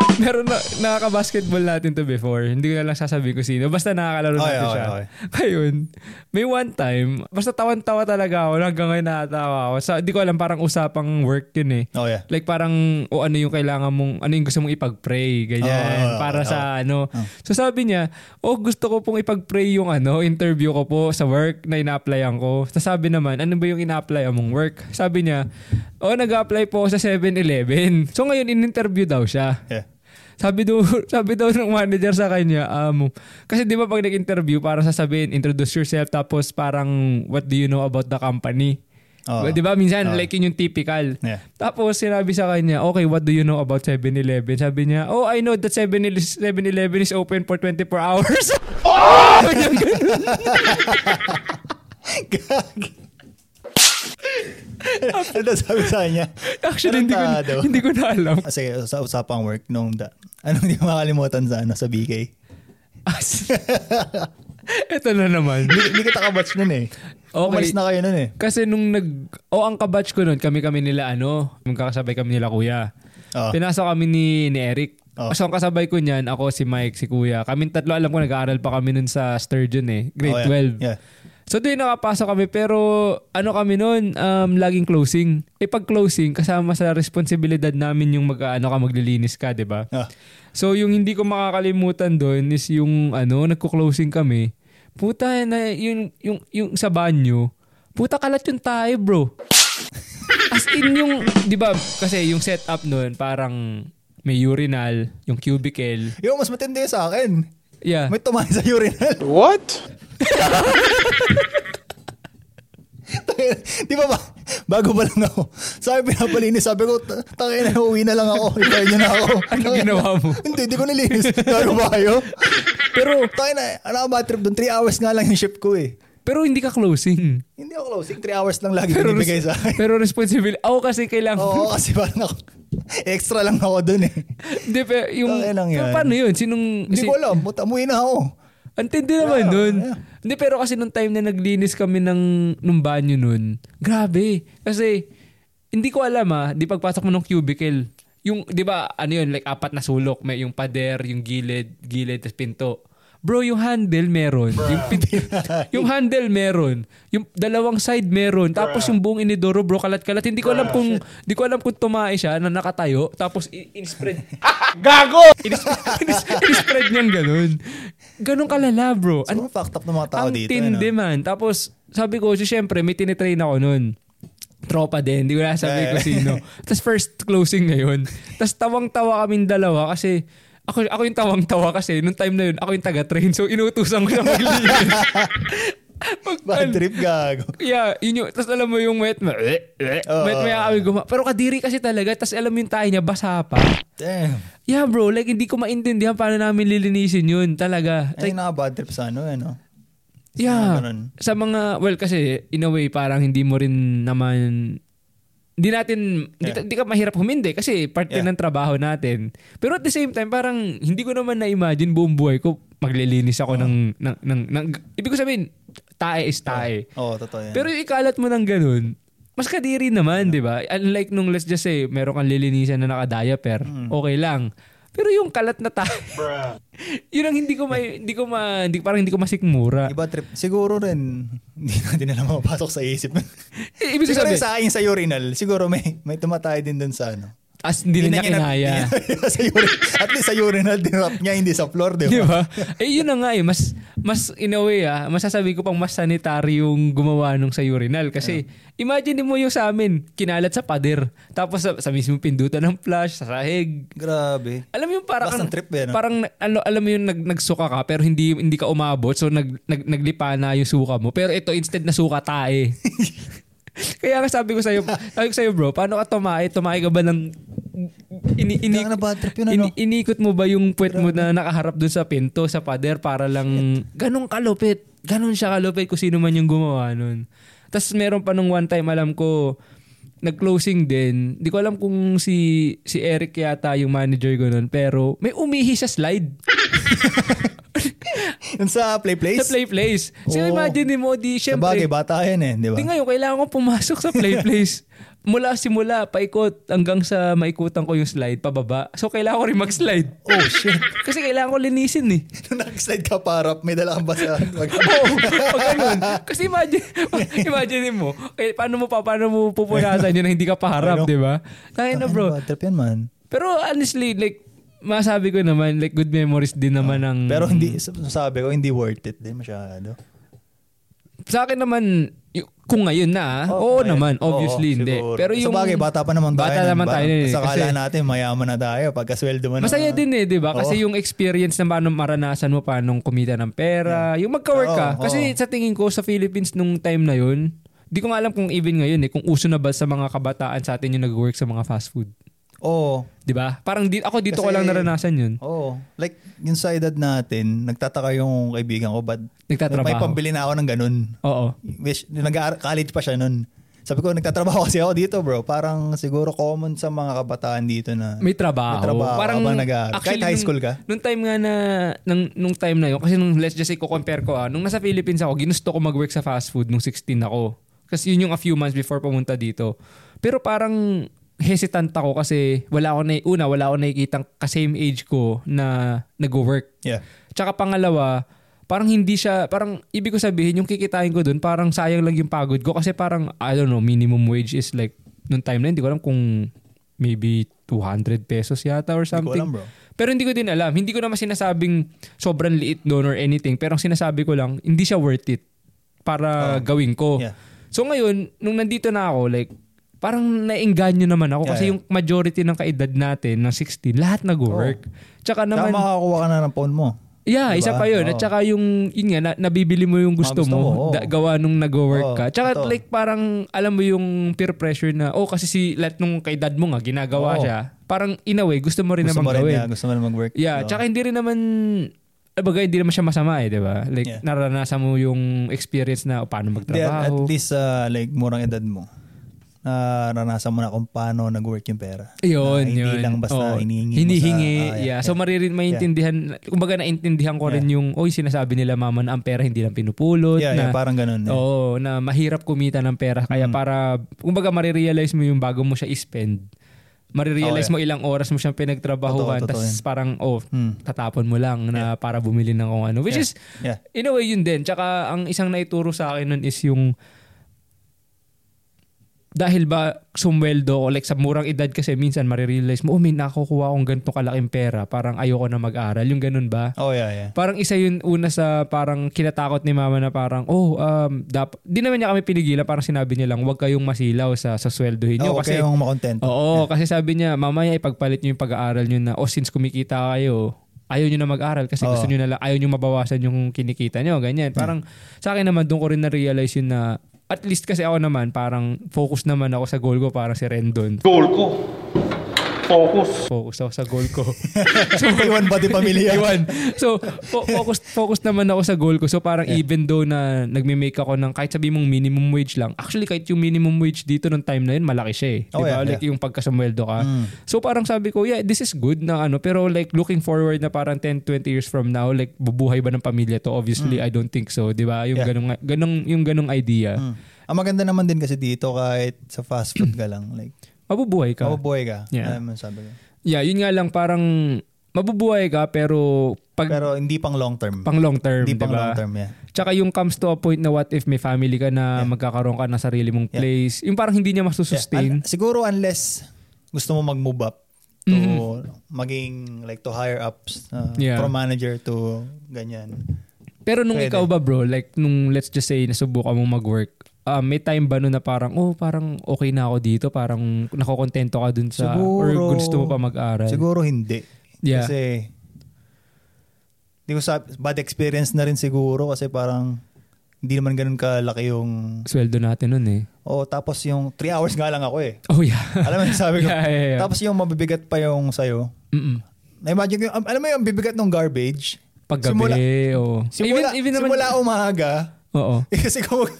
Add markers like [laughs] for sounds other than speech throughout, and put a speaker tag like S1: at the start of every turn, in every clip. S1: [laughs] Meron na, nakaka-basketball natin to before. Hindi ko na lang sasabihin ko sino. Basta nakakalaro
S2: Okay,
S1: natin
S2: okay,
S1: siya.
S2: okay.
S1: Ayun. May one time, basta tawan-tawa talaga ako. Hanggang ngayon nakatawa ako. Sa, di ko alam, parang usapang work yun eh.
S2: Oh yeah.
S1: Like parang o ano yung kailangan mong ano yung gusto mong ipag-pray ganyan
S2: Oo,
S1: para
S2: oo,
S1: sa ano. So sabi niya, "Oh, gusto ko pong ipag-pray yung ano, interview ko po sa work na ina-applyan ko." Tapos sabi naman, "Ano ba yung ina-apply mong work?" Sabi niya, "Oh, nag-apply po ako sa 7-Eleven." So ngayon in-interview daw siya.
S2: Yeah.
S1: Sabi daw, [laughs] sabi daw ng manager sa kanya, um, kasi di ba pag nag-interview, parang sasabihin, introduce yourself, tapos parang, what do you know about the company?
S2: Oo.
S1: Di ba? Minsan,
S2: Oo.
S1: like yun yung typical.
S2: Yeah.
S1: Tapos sinabi sa kanya, okay, what do you know about 7-Eleven? Sabi niya, oh, I know that 7-Ele- 7-Eleven is open for 24 hours.
S2: Ah!
S1: [laughs] Oh!
S2: [laughs] ano sabi sa kanya?
S1: Actually, hindi ko,
S2: Tarantado.
S1: hindi ko na
S2: [laughs]
S1: alam.
S2: Ah, Sige, sa usapang work nung da. Anong hindi ko makalimutan sa ano sa BK?
S1: As, ito na naman.
S2: Hindi, hindi kita kabatch nun eh.
S1: Okay.
S2: Umalis na kayo nun eh.
S1: Kasi nung nag... O, ang kabatch ko nun, kami-kami nila ano, magkakasabay kami nila kuya.
S2: Oo.
S1: Pinasok kami ni, ni Eric.
S2: Oo.
S1: So, ang kasabay ko niyan, ako, si Mike, si Kuya. Kaming tatlo, alam ko, nag-aaral pa kami nun sa Sturgeon eh. Grade
S2: Oh,
S1: 12.
S2: yeah. Yeah.
S1: So doon nakapasok kami pero ano kami noon um, laging closing. E pag closing kasama sa responsibilidad namin yung mag ano ka maglilinis ka, 'di ba?
S2: Ah.
S1: So yung hindi ko makakalimutan doon is yung ano nagko-closing kami. Puta na yung yung yung sa banyo. Puta kalat yung tayo, bro. As in yung, 'di ba? Kasi yung setup noon parang may urinal, yung cubicle.
S2: Yung mas matindi sa akin.
S1: Yeah.
S2: May tumahan sa urinal.
S3: What?
S2: Di ba ba? Bago pa lang ako. Sabi pinapalinis. Sabi ko, "Ta- tangin na, uwi na lang ako. Itayin niyo na
S1: [laughs]
S2: ako.
S1: Ano ginawa mo?
S2: Hindi, di ko nilinis. Laro ba kayo?
S1: Pero
S2: Tangin na, ano ka ba trip doon? 3 hours nga lang yung ship ko eh.
S1: pero hindi ka closing.
S2: Hindi ako closing. 3 hours lang lagi
S1: Pero,
S2: binibigay
S1: res- [laughs]
S2: sa akin.
S1: pero responsible. Ako kasi kailangan.
S2: Oo, kasi parang ako, extra lang ako doon eh.
S1: Hindi, pero yung...
S2: Tangin lang
S1: pero
S2: yan.
S1: paano yun? Sinong...
S2: Hindi
S1: si-
S2: ko alam. Puta, umuwi na ako.
S1: Ang tindi naman
S2: Yeah,
S1: nun.
S2: yeah.
S1: Hindi, pero kasi nung time na naglinis kami ng nung banyo nun, grabe. Kasi, hindi ko alam ah, di pagpasok mo ng cubicle, yung, di ba, ano yun, like apat na sulok. May yung pader, yung gilid, gilid, tas pinto. Bro, yung handle meron. Yung, pin-
S2: [laughs]
S1: yung handle meron. Yung dalawang side meron. Tapos yung buong inidoro, bro, kalat-kalat. Hindi ko alam kung, hindi ko alam kung tumae siya na nakatayo. Tapos i- in-spread,
S3: Gago!
S1: Inis- inis- Inispread niyan ganun. Ganun kalala, bro.
S2: So,
S1: An-
S2: fucked up ng mga tao
S1: ang
S2: dito.
S1: tindi
S2: ano?
S1: man. Tapos, sabi ko, so, syempre, may tinitrain ako nun. Tropa din, hindi ko na sabi ko
S2: Yeah. [laughs]
S1: sino. Tapos first closing na yun. Tapos tawang-tawa kaming dalawa kasi ako, ako yung tawang-tawa kasi nung time na yun, ako yung taga-train. So, inutusan ko siya maglinis.
S2: [laughs]
S1: Pag-
S2: Bad trip gago.
S1: Yeah, yun yung, tapos alam mo yung wet mo, eh, eh,
S2: Oo.
S1: wet mo yung amoy guma. Pero kadiri kasi talaga, tapos alam mo yung tayo niya, basa pa.
S2: Damn.
S1: Yeah bro, like hindi ko maintindihan paano namin lilinisin yun talaga.
S2: Ay,
S1: Like,
S2: nakabad trip sa ano, ano.
S1: yeah.
S2: ganun.
S1: Sa mga, well kasi in a way parang hindi mo rin naman, hindi natin, hindi,
S2: Yeah.
S1: hindi ka mahirap humindi kasi part din
S2: Yeah.
S1: ng trabaho natin. Pero at the same time parang hindi ko naman na-imagine buong buhay ko maglilinis ako ng,
S2: Uh-huh.
S1: ng, ng, ng, ibig ko sabihin, tae is tae.
S2: Oo, totoo yan.
S1: Pero ikalat mo ng ganun, mas kadiri naman, di ba? Unlike nung let's just say, meron kang lilinisan na naka-diaper,
S2: Mm.
S1: okay lang. Pero yung kalat na tayo, [laughs] yun ang hindi ko may, hindi ko ma, hindi, parang hindi ko masikmura.
S2: Iba trip. Siguro rin, [laughs] hindi natin alam mapasok sa isip.
S1: I- Ibig
S2: siguro
S1: sabihin,
S2: yung sa akin sa urinal, siguro may may tumatay din dun sa ano.
S1: as hindi na niya
S2: Hindi [laughs]
S1: kinaya. [laughs]
S2: hindi niya- sa urinal, at least sa urinal, dinrap niya, hindi sa floor, di
S1: Di ba?
S2: ba?
S1: eh yun na nga eh, mas, mas in a way ah, masasabi ko pang mas sanitary yung gumawa nung sa urinal. Kasi imagine mo yung sa amin, kinalat sa pader. Tapos sa, sa mismo pindutan ng flush, sa sahig,
S2: Grabe.
S1: Alam mo yung parang
S2: Basta trip eh, no?
S1: parang na- ano, alam mo yung nag, nagsuka ka pero hindi hindi ka umabot so nag, nag naglipa na yung suka mo pero ito instead na suka tae. [laughs] Kaya nga sabi ko sa iyo, sabi ko sa bro, paano ka tumae? Tumae ka ba ng ini ini
S2: Kaya nga na bad trip yun, ano?
S1: ini- inikot mo ba yung puwet mo na nakaharap dun sa pinto, sa pader para lang ganong kalupit. Ganon siya kalupit kung sino man yung gumawa nun. Tapos meron pa nung one time alam ko nag-closing din. Di ko alam kung si si Eric yata yung manager ko nun pero may umihi sa slide.
S2: Yung sa play place?
S1: Sa play place. So
S2: Oo.
S1: imagine mo, di syempre.
S2: Oh. Sabagay, bata yan eh, di ba?
S1: Di ngayon, kailangan ko pumasok sa
S2: [laughs]
S1: play place. Mula simula, paikot hanggang sa maikutan ko yung slide, pababa. So kailangan ko rin mag-slide.
S2: Oh, shit.
S1: Kasi kailangan ko linisin eh.
S2: [laughs] Nung nag-slide ka parap, may dala kang basahan. Wag-
S1: [laughs] Oo, pag ganun. Kasi imagine, [laughs] imagine mo, eh, paano mo pa, paano mo pupunasan yun na hindi ka paharap,
S2: Ano?
S1: di ba? Kaya na
S2: Ano
S1: bro.
S2: ba? Trip yan man.
S1: Pero honestly, like, masabi ko naman, like, good memories din naman ng...
S2: Ah, Pero hindi, sabi ko, hindi worth it din masyado.
S1: Sa akin naman, y- kung ngayon na, ah, oo
S2: Oh, ngayon.
S1: naman, obviously
S2: Oo,
S1: hindi.
S2: siguro.
S1: Pero yung...
S2: Sabagay, bata pa naman tayo.
S1: Bata
S2: nun,
S1: naman
S2: ba?
S1: tayo nun eh,
S2: Tapos akala
S1: kasi-
S2: natin, mayaman na tayo. Pagkasweldo mo na.
S1: Masaya din eh, di ba? Kasi
S2: Ano Oo.
S1: yung experience na paano maranasan mo, paano kumita ng pera, yung magka-work ka.
S2: Oo,
S1: Kasi
S2: oo.
S1: sa tingin ko, sa Philippines nung time na yun, di ko nga alam kung even ngayon eh, kung uso na ba sa mga kabataan sa atin yung nag-work sa mga fast food.
S2: Oo.
S1: Di ba? Parang di, ako dito ko
S2: Kasi-
S1: lang naranasan yun.
S2: Oo. Like, yung sa edad natin, nagtataka yung kaibigan ko, ba't
S1: Nagtatrabaho.
S2: may pambili na ako ng ganun.
S1: Oo.
S2: Which, nag-college pa siya nun. Sabi ko, nagtatrabaho kasi ako dito, bro. Parang siguro common sa mga kabataan dito na...
S1: May trabaho.
S2: May trabaho ka ba nag-aaral? Kahit high school ka?
S1: Nung, nung time nga na, nung, nung time na yun, kasi nung, let's just say, compare ko ah, nung nasa Philippines ako, ginusto ko mag-work sa fast food nung 16 ako. Kasi yun yung a few months before pumunta dito. Pero parang hesitant ako kasi wala ako na, una, wala ako nakikitang ka-same age ko na nag-work.
S2: Yeah.
S1: Tsaka pangalawa, parang hindi siya, parang ibig ko sabihin, yung kikitain ko dun, parang sayang lang yung pagod ko kasi parang, I don't know, minimum wage is like, nung time na yun, hindi ko alam kung maybe 200 pesos yata or
S2: Hindi ko
S1: something.
S2: alam, bro.
S1: Pero hindi ko din alam. Hindi ko naman sinasabing sobrang liit doon or anything. Pero ang sinasabi ko lang, hindi siya worth it para gawin ko.
S2: Ah, Yeah.
S1: So ngayon, nung nandito na ako, like, parang naengganyo naman ako
S2: Yeah,
S1: kasi
S2: Ah, yeah.
S1: yung majority ng kaedad natin, ng 16, lahat nag-work. Tsaka
S2: Oh. Tama
S1: naman,
S2: makakakuha ka na ng phone mo.
S1: Yeah,
S2: Diba?
S1: isa pa yun. At
S2: Oo.
S1: saka yung, yun nga, na, nabibili mo yung gusto,
S2: Mga gusto
S1: mo,
S2: mo, oo.
S1: da- gawa nung nag-work
S2: Oo,
S1: ka. Tsaka
S2: totoo.
S1: like parang, alam mo yung peer pressure na, oh kasi si lahat nung kay dad mo nga, ginagawa
S2: Oo.
S1: siya. Parang in a way, gusto mo rin
S2: Gusto
S1: naman
S2: mo rin
S1: gawin.
S2: niya, gusto mo rin mag-work.
S1: Yeah,
S2: So,
S1: tsaka hindi rin naman, abaga, hindi naman siya masama eh, di ba? Like,
S2: Yeah.
S1: naranasan mo yung experience na, oh, paano
S2: Hindi, at- at
S1: magtrabaho.
S2: least uh, like murang edad mo. Naranasan mo na kung paano nag-work yung pera.
S1: Yun,
S2: Na hindi
S1: yun.
S2: lang basta
S1: Oo.
S2: hinihingi mo
S1: Hinihingi,
S2: sa- ah,
S1: yeah. So maririn maintindihan, kumbaga naintindihan ko rin yung, oy, sinasabi nila mama na ang pera hindi lang pinupulot.
S2: Yeah,
S1: na,
S2: yeah, parang ganun. eh.
S1: Oo, na mahirap kumita ng pera. Kaya
S2: Mm.
S1: para, kumbaga marirealize mo yung bago mo siya i-spend. Marirealize
S2: Oo,
S1: mo ilang oras mo siyang pinagtrabahuhan.
S2: Totoo, totoo
S1: Tapos
S2: yun.
S1: parang, oh,
S2: Hmm.
S1: tatapon mo lang na para bumili ng kung ano. Which
S2: Yeah.
S1: is,
S2: Yeah.
S1: in a way yun din. Tsaka ang isang naituro sa akin nun is yung dahil ba sumweldo o like sa murang edad kasi minsan marirealize mo, oh may nakukuha akong ganito kalaking pera. Parang ayoko na mag-aral. Yung ganun ba?
S2: Oh, yeah, yeah.
S1: Parang isa yun una sa parang kinatakot ni mama na parang, oh, um, dap- di naman niya kami pinigilan. Parang sinabi niya lang, huwag kayong masilaw sa, sa sweldohin niyo.
S2: Oh,
S1: kasi,
S2: okay yung makontento. [laughs]
S1: oo, kasi sabi niya, mamaya ipagpalit niyo yung pag-aaral niyo na, oh, since kumikita kayo, ayaw niyo na mag-aral kasi
S2: Oo.
S1: gusto niyo na lang, ayaw niyo mabawasan yung kinikita niyo. Ganyan. Parang sa akin naman, doon ko rin na-realize yun na, at least kasi ako naman, parang focus naman ako sa goal ko, parang si Rendon.
S3: Goal ko. Focus.
S1: Focus ako sa goal ko.
S2: Iwan ba di
S1: [laughs]
S2: pamilya?
S1: Iwan. So, fo- focus focus naman ako sa goal ko. So, parang even though na nagme-make ako ng kahit sabi mong minimum wage lang, actually kahit yung minimum wage dito nung time na yun, malaki siya eh. Di ba?
S2: Oh, yeah, Mm.
S1: Like yung pagkasamweldo ka. So, parang sabi ko, yeah, this is good na ano, pero like looking forward na parang 10, 20 years from now, like bubuhay ba ng pamilya to? Obviously, I don't think so. Di ba? Yung
S2: Mm. Yeah.
S1: ganong, ganong, yung ganong idea.
S2: Hmm. Ang maganda naman din kasi dito kahit sa fast food ka lang. Like,
S1: Mabubuhay ka.
S2: mabubuhay ka.
S1: Yeah.
S2: Alam mo sabi ko.
S1: yeah, yun nga lang parang mabubuhay ka pero pag
S2: Pero hindi pang long term.
S1: pang long term, di
S2: hindi pang long
S1: ba?
S2: term, yeah.
S1: Tsaka yung comes to a point na what if may family ka na magkakaroon ka ng sarili mong place. Yung parang hindi niya masusustain.
S2: Un- siguro unless gusto mo mag-move up to maging like to higher ups uh,
S1: Mm-hmm. Yeah.
S2: from manager to ganyan.
S1: Pero nung
S2: Pwede.
S1: ikaw ba bro, like nung let's just say nasubukan mong mag-work, ah, may time ba nun na parang, oh parang okay na ako dito, parang nakokontento ka dun sa, or
S2: Siguro.
S1: gusto mo pa mag-aral?
S2: Siguro hindi.
S1: Yeah.
S2: Kasi hindi ko sabi, bad experience na rin siguro kasi parang hindi naman ganun kalaki yung
S1: Sweldo natin nun eh.
S2: oh tapos yung 3 hours nga lang ako
S1: [laughs]
S2: eh.
S1: Oh yeah.
S2: Alam mo yung sabi ko.
S1: [laughs] Yeah, yeah, yeah.
S2: Tapos yung mabibigat pa yung sayo.
S1: Mm-mm.
S2: Na-imagine ko, yung- alam mo yung bibigat ng garbage?
S1: Paggabi, oh.
S2: Simula-
S1: oo.
S2: Simula, simula umaga,
S1: Oo.
S2: Eh, [laughs] kasi ikaw mag,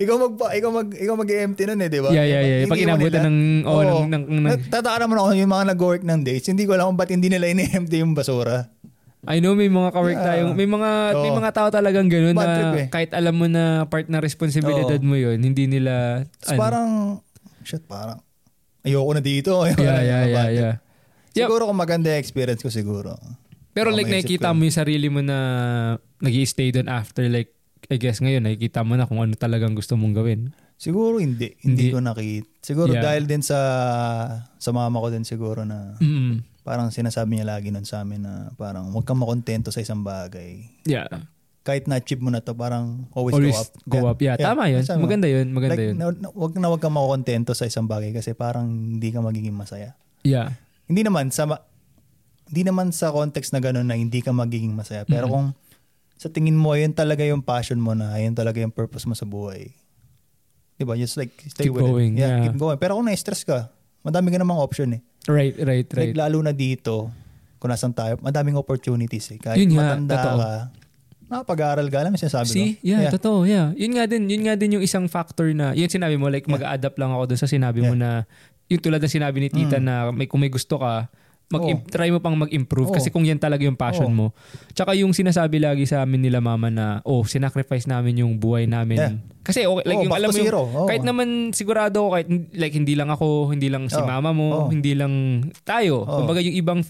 S2: ikaw mag ikaw mag ikaw mag-empty nun eh, 'di ba?
S1: Yeah, yeah, yeah.
S2: Hindi
S1: Pag
S2: mo
S1: inabutan ng- oo,
S2: Oo.
S1: ng- ng- ng-
S2: Tataka naman ako yung mga nag-work ng dates, hindi ko alam kung ba't hindi nila ini-empty yung basura.
S1: I know may mga kawork
S2: Yeah.
S1: tayong, may mga may
S2: Oo.
S1: mga tao talagang gano'n
S2: Bad
S1: na
S2: trip eh.
S1: kahit alam mo na part na responsibilidad
S2: Oo.
S1: mo yun, hindi nila ano.
S2: Tapos parang, shit, parang, ayoko na dito. [laughs] Ayoko
S1: yeah,
S2: na
S1: yeah,
S2: dito.
S1: yeah, yeah. Yep.
S2: Siguro kung maganda yung experience ko siguro.
S1: Pero
S2: Baka
S1: like
S2: maisip
S1: nakikita
S2: ko.
S1: mo yung sarili mo na nag stay doon after like I guess ngayon nakikita mo na kung ano talagang gusto mong gawin.
S2: Siguro hindi.
S1: Hindi.
S2: Hindi, ko nakita. Siguro
S1: Yeah.
S2: dahil din sa sa mama ko din siguro na
S1: Mm.
S2: parang sinasabi niya lagi nun sa amin na parang huwag kang makontento sa isang bagay.
S1: Yeah.
S2: Kahit na-achieve mo na to, parang always,
S1: Always
S2: go up.
S1: go up. Yeah, tama yun.
S2: Sabi mo,
S1: Maganda yun, maganda
S2: like,
S1: yun.
S2: Na, na, huwag na huwag kang makontento sa isang bagay kasi parang hindi ka magiging masaya.
S1: Yeah.
S2: Hindi naman sa ma- hindi naman sa context na gano'n na hindi ka magiging masaya. Pero kung sa tingin mo, ayun talaga yung passion mo na, ayun talaga yung purpose mo sa buhay. Diba? Just like, stay
S1: Keep
S2: with
S1: going,
S2: it.
S1: yeah.
S2: keep going. Pero kung na-stress ka, madami ka namang option eh.
S1: Right, right, right.
S2: Like, lalo na dito, kung nasan tayo, madaming opportunities eh. Kahit
S1: Yun nga,
S2: matanda
S1: totoo.
S2: ka, nakapag-aaral ka, alam mo sinasabi ko?
S1: See? Yeah, totoo. Yeah. Yun nga din, yun nga din yung isang factor na, yun sinabi mo, like mag-adapt lang ako doon sa sinabi mo na, yung tulad na sinabi ni tita na may, kung may gusto ka, mag
S2: Mm. Oo.
S1: try mo pang mag-improve
S2: Oo.
S1: kasi kung yan talaga yung passion mo.
S2: Oo.
S1: Tsaka yung sinasabi lagi sa amin nila mama na, oh, sinacrifice namin yung buhay namin.
S2: Yeah.
S1: Kasi okay, like
S2: Oo,
S1: yung
S2: back
S1: alam
S2: to
S1: mo, yung-
S2: zero. Oo.
S1: kahit naman sigurado ako, kahit, like hindi lang ako, hindi lang si
S2: Oo.
S1: mama mo,
S2: Oo.
S1: hindi lang tayo.
S2: Oo. Mm.
S1: Kumbaga yung ibang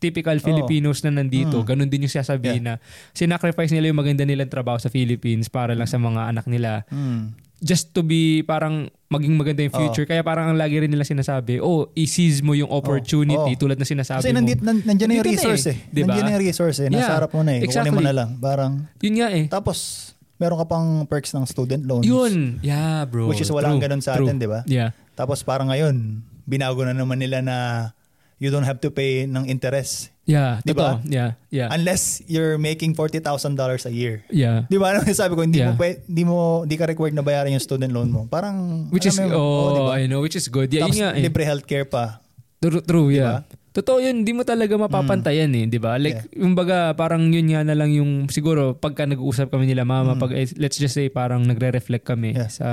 S1: typical Filipinos na nandito, ganun din yung sasabihin na sinacrifice nila yung maganda nilang trabaho sa Philippines para lang sa mga anak nila
S2: Hmm.
S1: just to be parang maging maganda yung future. Kaya parang ang lagi rin nila sinasabi, oh, i-seize mo yung opportunity
S2: Oo.
S1: tulad na sinasabi mo.
S2: Kasi nandito, nan, nandiyan na yung
S1: Nandito na
S2: resource
S1: eh.
S2: eh.
S1: Diba?
S2: Nandiyan na yung resource eh. Nasa
S1: Yeah.
S2: harap mo na eh. Kukunin mo
S1: Exactly.
S2: na lang. Parang,
S1: Yun nga eh.
S2: tapos, meron ka pang perks ng student loans.
S1: Yun. Yeah, bro.
S2: Which is walang
S1: True.
S2: ganun sa
S1: True.
S2: atin, di ba?
S1: Yeah.
S2: Tapos parang ngayon, binago na naman nila na you don't have to pay ng interest.
S1: Yeah.
S2: Di ba?
S1: Diba? Yeah. Yeah.
S2: Unless you're making $40,000 a year.
S1: yeah.
S2: Di ba? Ano yung sabi ko? Hindi
S1: Yeah.
S2: mo, pwede, hindi mo, di ka required na bayaran yung student loan mo. Parang,
S1: Which is,
S2: alam mo yun,
S1: oh,
S2: di ba?
S1: I know, which is good. Yeah,
S2: Tapos
S1: yun nga eh.
S2: libre Diba? healthcare pa.
S1: True, true yeah. Totoo yun, hindi mo talaga mapapantayan
S2: Mm.
S1: eh, di ba? Like, yung baga, parang yun nga na lang yung, siguro, pagka nag-uusap kami nila mama, pag, eh, let's just say, parang nagre-reflect kami
S2: Mm. Yeah.
S1: sa,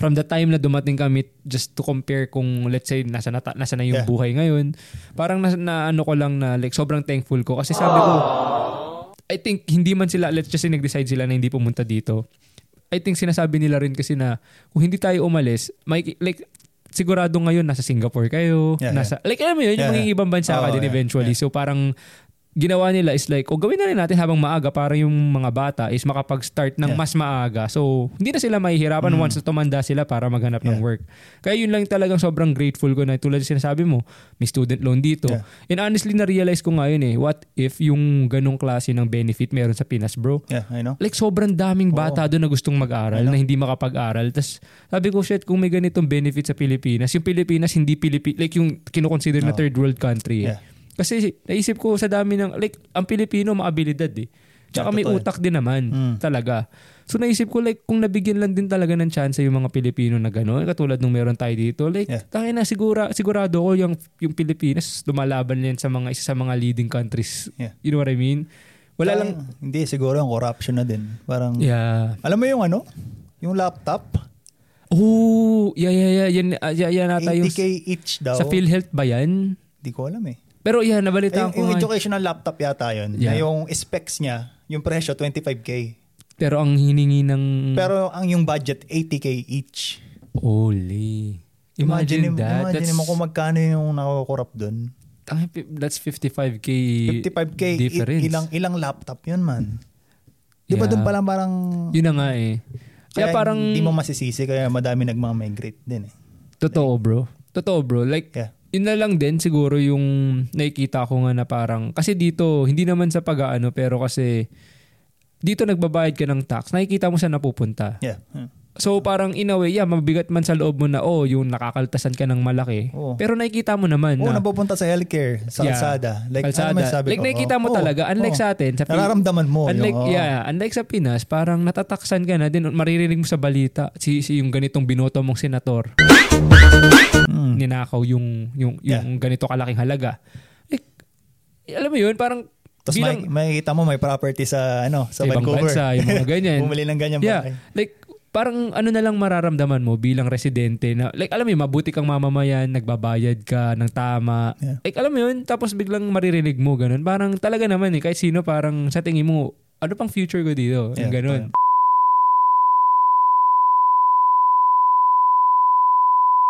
S1: from the time na dumating kami, just to compare kung, let's say, nasa na, nasa na yung
S2: Yeah.
S1: buhay ngayon, parang na, na ano ko lang na, like, sobrang thankful ko. Kasi sabi ko, I think, hindi man sila, let's just say, nag-decide sila na hindi pumunta dito. I think sinasabi nila rin kasi na kung hindi tayo umalis, may, like, sigurado ngayon nasa Singapore kayo,
S2: Yeah,
S1: nasa, like alam mo yun, yung
S2: Yeah,
S1: magiging ibang bansa ka
S2: Oo,
S1: din
S2: yeah,
S1: eventually. So parang ginawa nila is like, o gawin na rin natin habang maaga para yung mga bata is makapag-start ng
S2: Yeah. Mm.
S1: mas maaga. So hindi na sila mahihirapan once na tumanda sila para maghanap ng
S2: Yeah.
S1: work. Kaya yun lang talagang sobrang grateful ko na tulad yung sinasabi mo, may student loan dito.
S2: Yeah.
S1: And honestly, na-realize ko ngayon eh, what if yung ganong klase ng benefit meron sa Pinas, bro?
S2: Yeah, I know.
S1: Like sobrang daming bata doon na gustong mag-aral na hindi makapag-aral. Tapos sabi ko, shit, kung may ganitong benefit sa Pilipinas, yung Pilipinas hindi Pilipinas, like yung kinoconsider na third world country. eh.
S2: Yeah.
S1: Kasi naisip ko sa dami ng, like ang Pilipino maabilidad eh. Tsaka
S2: Yeah,
S1: may
S2: totoo Mm.
S1: utak din naman talaga. So naisip ko like kung nabigyan lang din talaga ng chance yung mga Pilipino na gano'n, katulad nung meron tayo dito, like
S2: Yeah.
S1: tayo na sigura, sigurado ko yung, yung Pilipinas lumalaban yan sa mga isa sa mga leading countries.
S2: Yeah.
S1: You know what I mean? Wala lang,
S2: Parang, Hindi, siguro yung corruption na din. Parang,
S1: yeah.
S2: alam mo yung ano? Yung laptop?
S1: Oh, yeah, yeah, yeah. Yan, ah, yeah, yeah, nata yung
S2: 80k each daw.
S1: sa PhilHealth ba yan?
S2: Hindi ko alam eh.
S1: Pero yeah,
S2: Ay,
S1: nabalitaan
S2: yung,
S1: ko
S2: yung
S1: nga. eh.
S2: educational laptop yata yun. Na
S1: Yeah.
S2: yung specs niya, yung presyo, 25k.
S1: Pero ang hiningi ng...
S2: Pero ang yung budget, 80k each.
S1: Holy. Imagine,
S2: mo-
S1: that.
S2: Imagine
S1: that's,
S2: mo kung magkano yung nakakorap dun.
S1: Ay, pi- that's 55K
S2: 55k, i-
S1: difference.
S2: ilang ilang laptop yun man. Di ba
S1: Yeah.
S2: dun parang parang...
S1: Yun na nga eh. Kaya, parang...
S2: Hindi mo masisisi kaya madami nagmamigrate din eh.
S1: Totoo bro. Totoo bro. Like,
S2: Yeah.
S1: yun na lang din siguro yung nakikita ko nga na parang, kasi dito, hindi naman sa pag-ano, pero kasi dito nagbabayad ka ng tax, nakikita mo saan napupunta.
S2: Yeah. Hmm.
S1: So parang in a way, yeah, mabigat man sa loob mo na, oh, yung nakakaltasan ka ng malaki.
S2: Oo.
S1: Pero nakikita mo naman
S2: Oo,
S1: na,
S2: napupunta sa healthcare, sa
S1: Yeah.
S2: kalsada. Like,
S1: Kalsada.
S2: ano man sabi
S1: Like,
S2: ko?
S1: nakikita mo
S2: Oo.
S1: talaga, unlike
S2: Oo.
S1: sa atin, sa Pil-
S2: Nararamdaman mo. yung-
S1: unlike,
S2: oo.
S1: yeah, unlike sa Pinas, parang natataksan ka na din. Maririnig mo sa balita, si, si yung ganitong binoto mong senator,
S2: Mm.
S1: ninakaw yung, yung, yung ganito kalaking halaga. Eh, alam mo yun, parang
S2: Tapos may,
S1: bilang
S2: makikita mo may property sa ano sa
S1: ibang
S2: Vancouver. [laughs]
S1: bansa, yung mga ganyan.
S2: Bumili ng ganyan
S1: yeah,
S2: bahay.
S1: like parang ano na lang mararamdaman mo bilang residente na like alam mo yun, mabuti kang mamamayan, nagbabayad ka ng tama.
S2: Yeah.
S1: Like alam mo yun, tapos biglang maririnig mo ganun. Parang talaga naman eh, kahit sino parang sa tingin mo, ano pang future ko dito? Yung
S2: Yeah,
S1: ganun.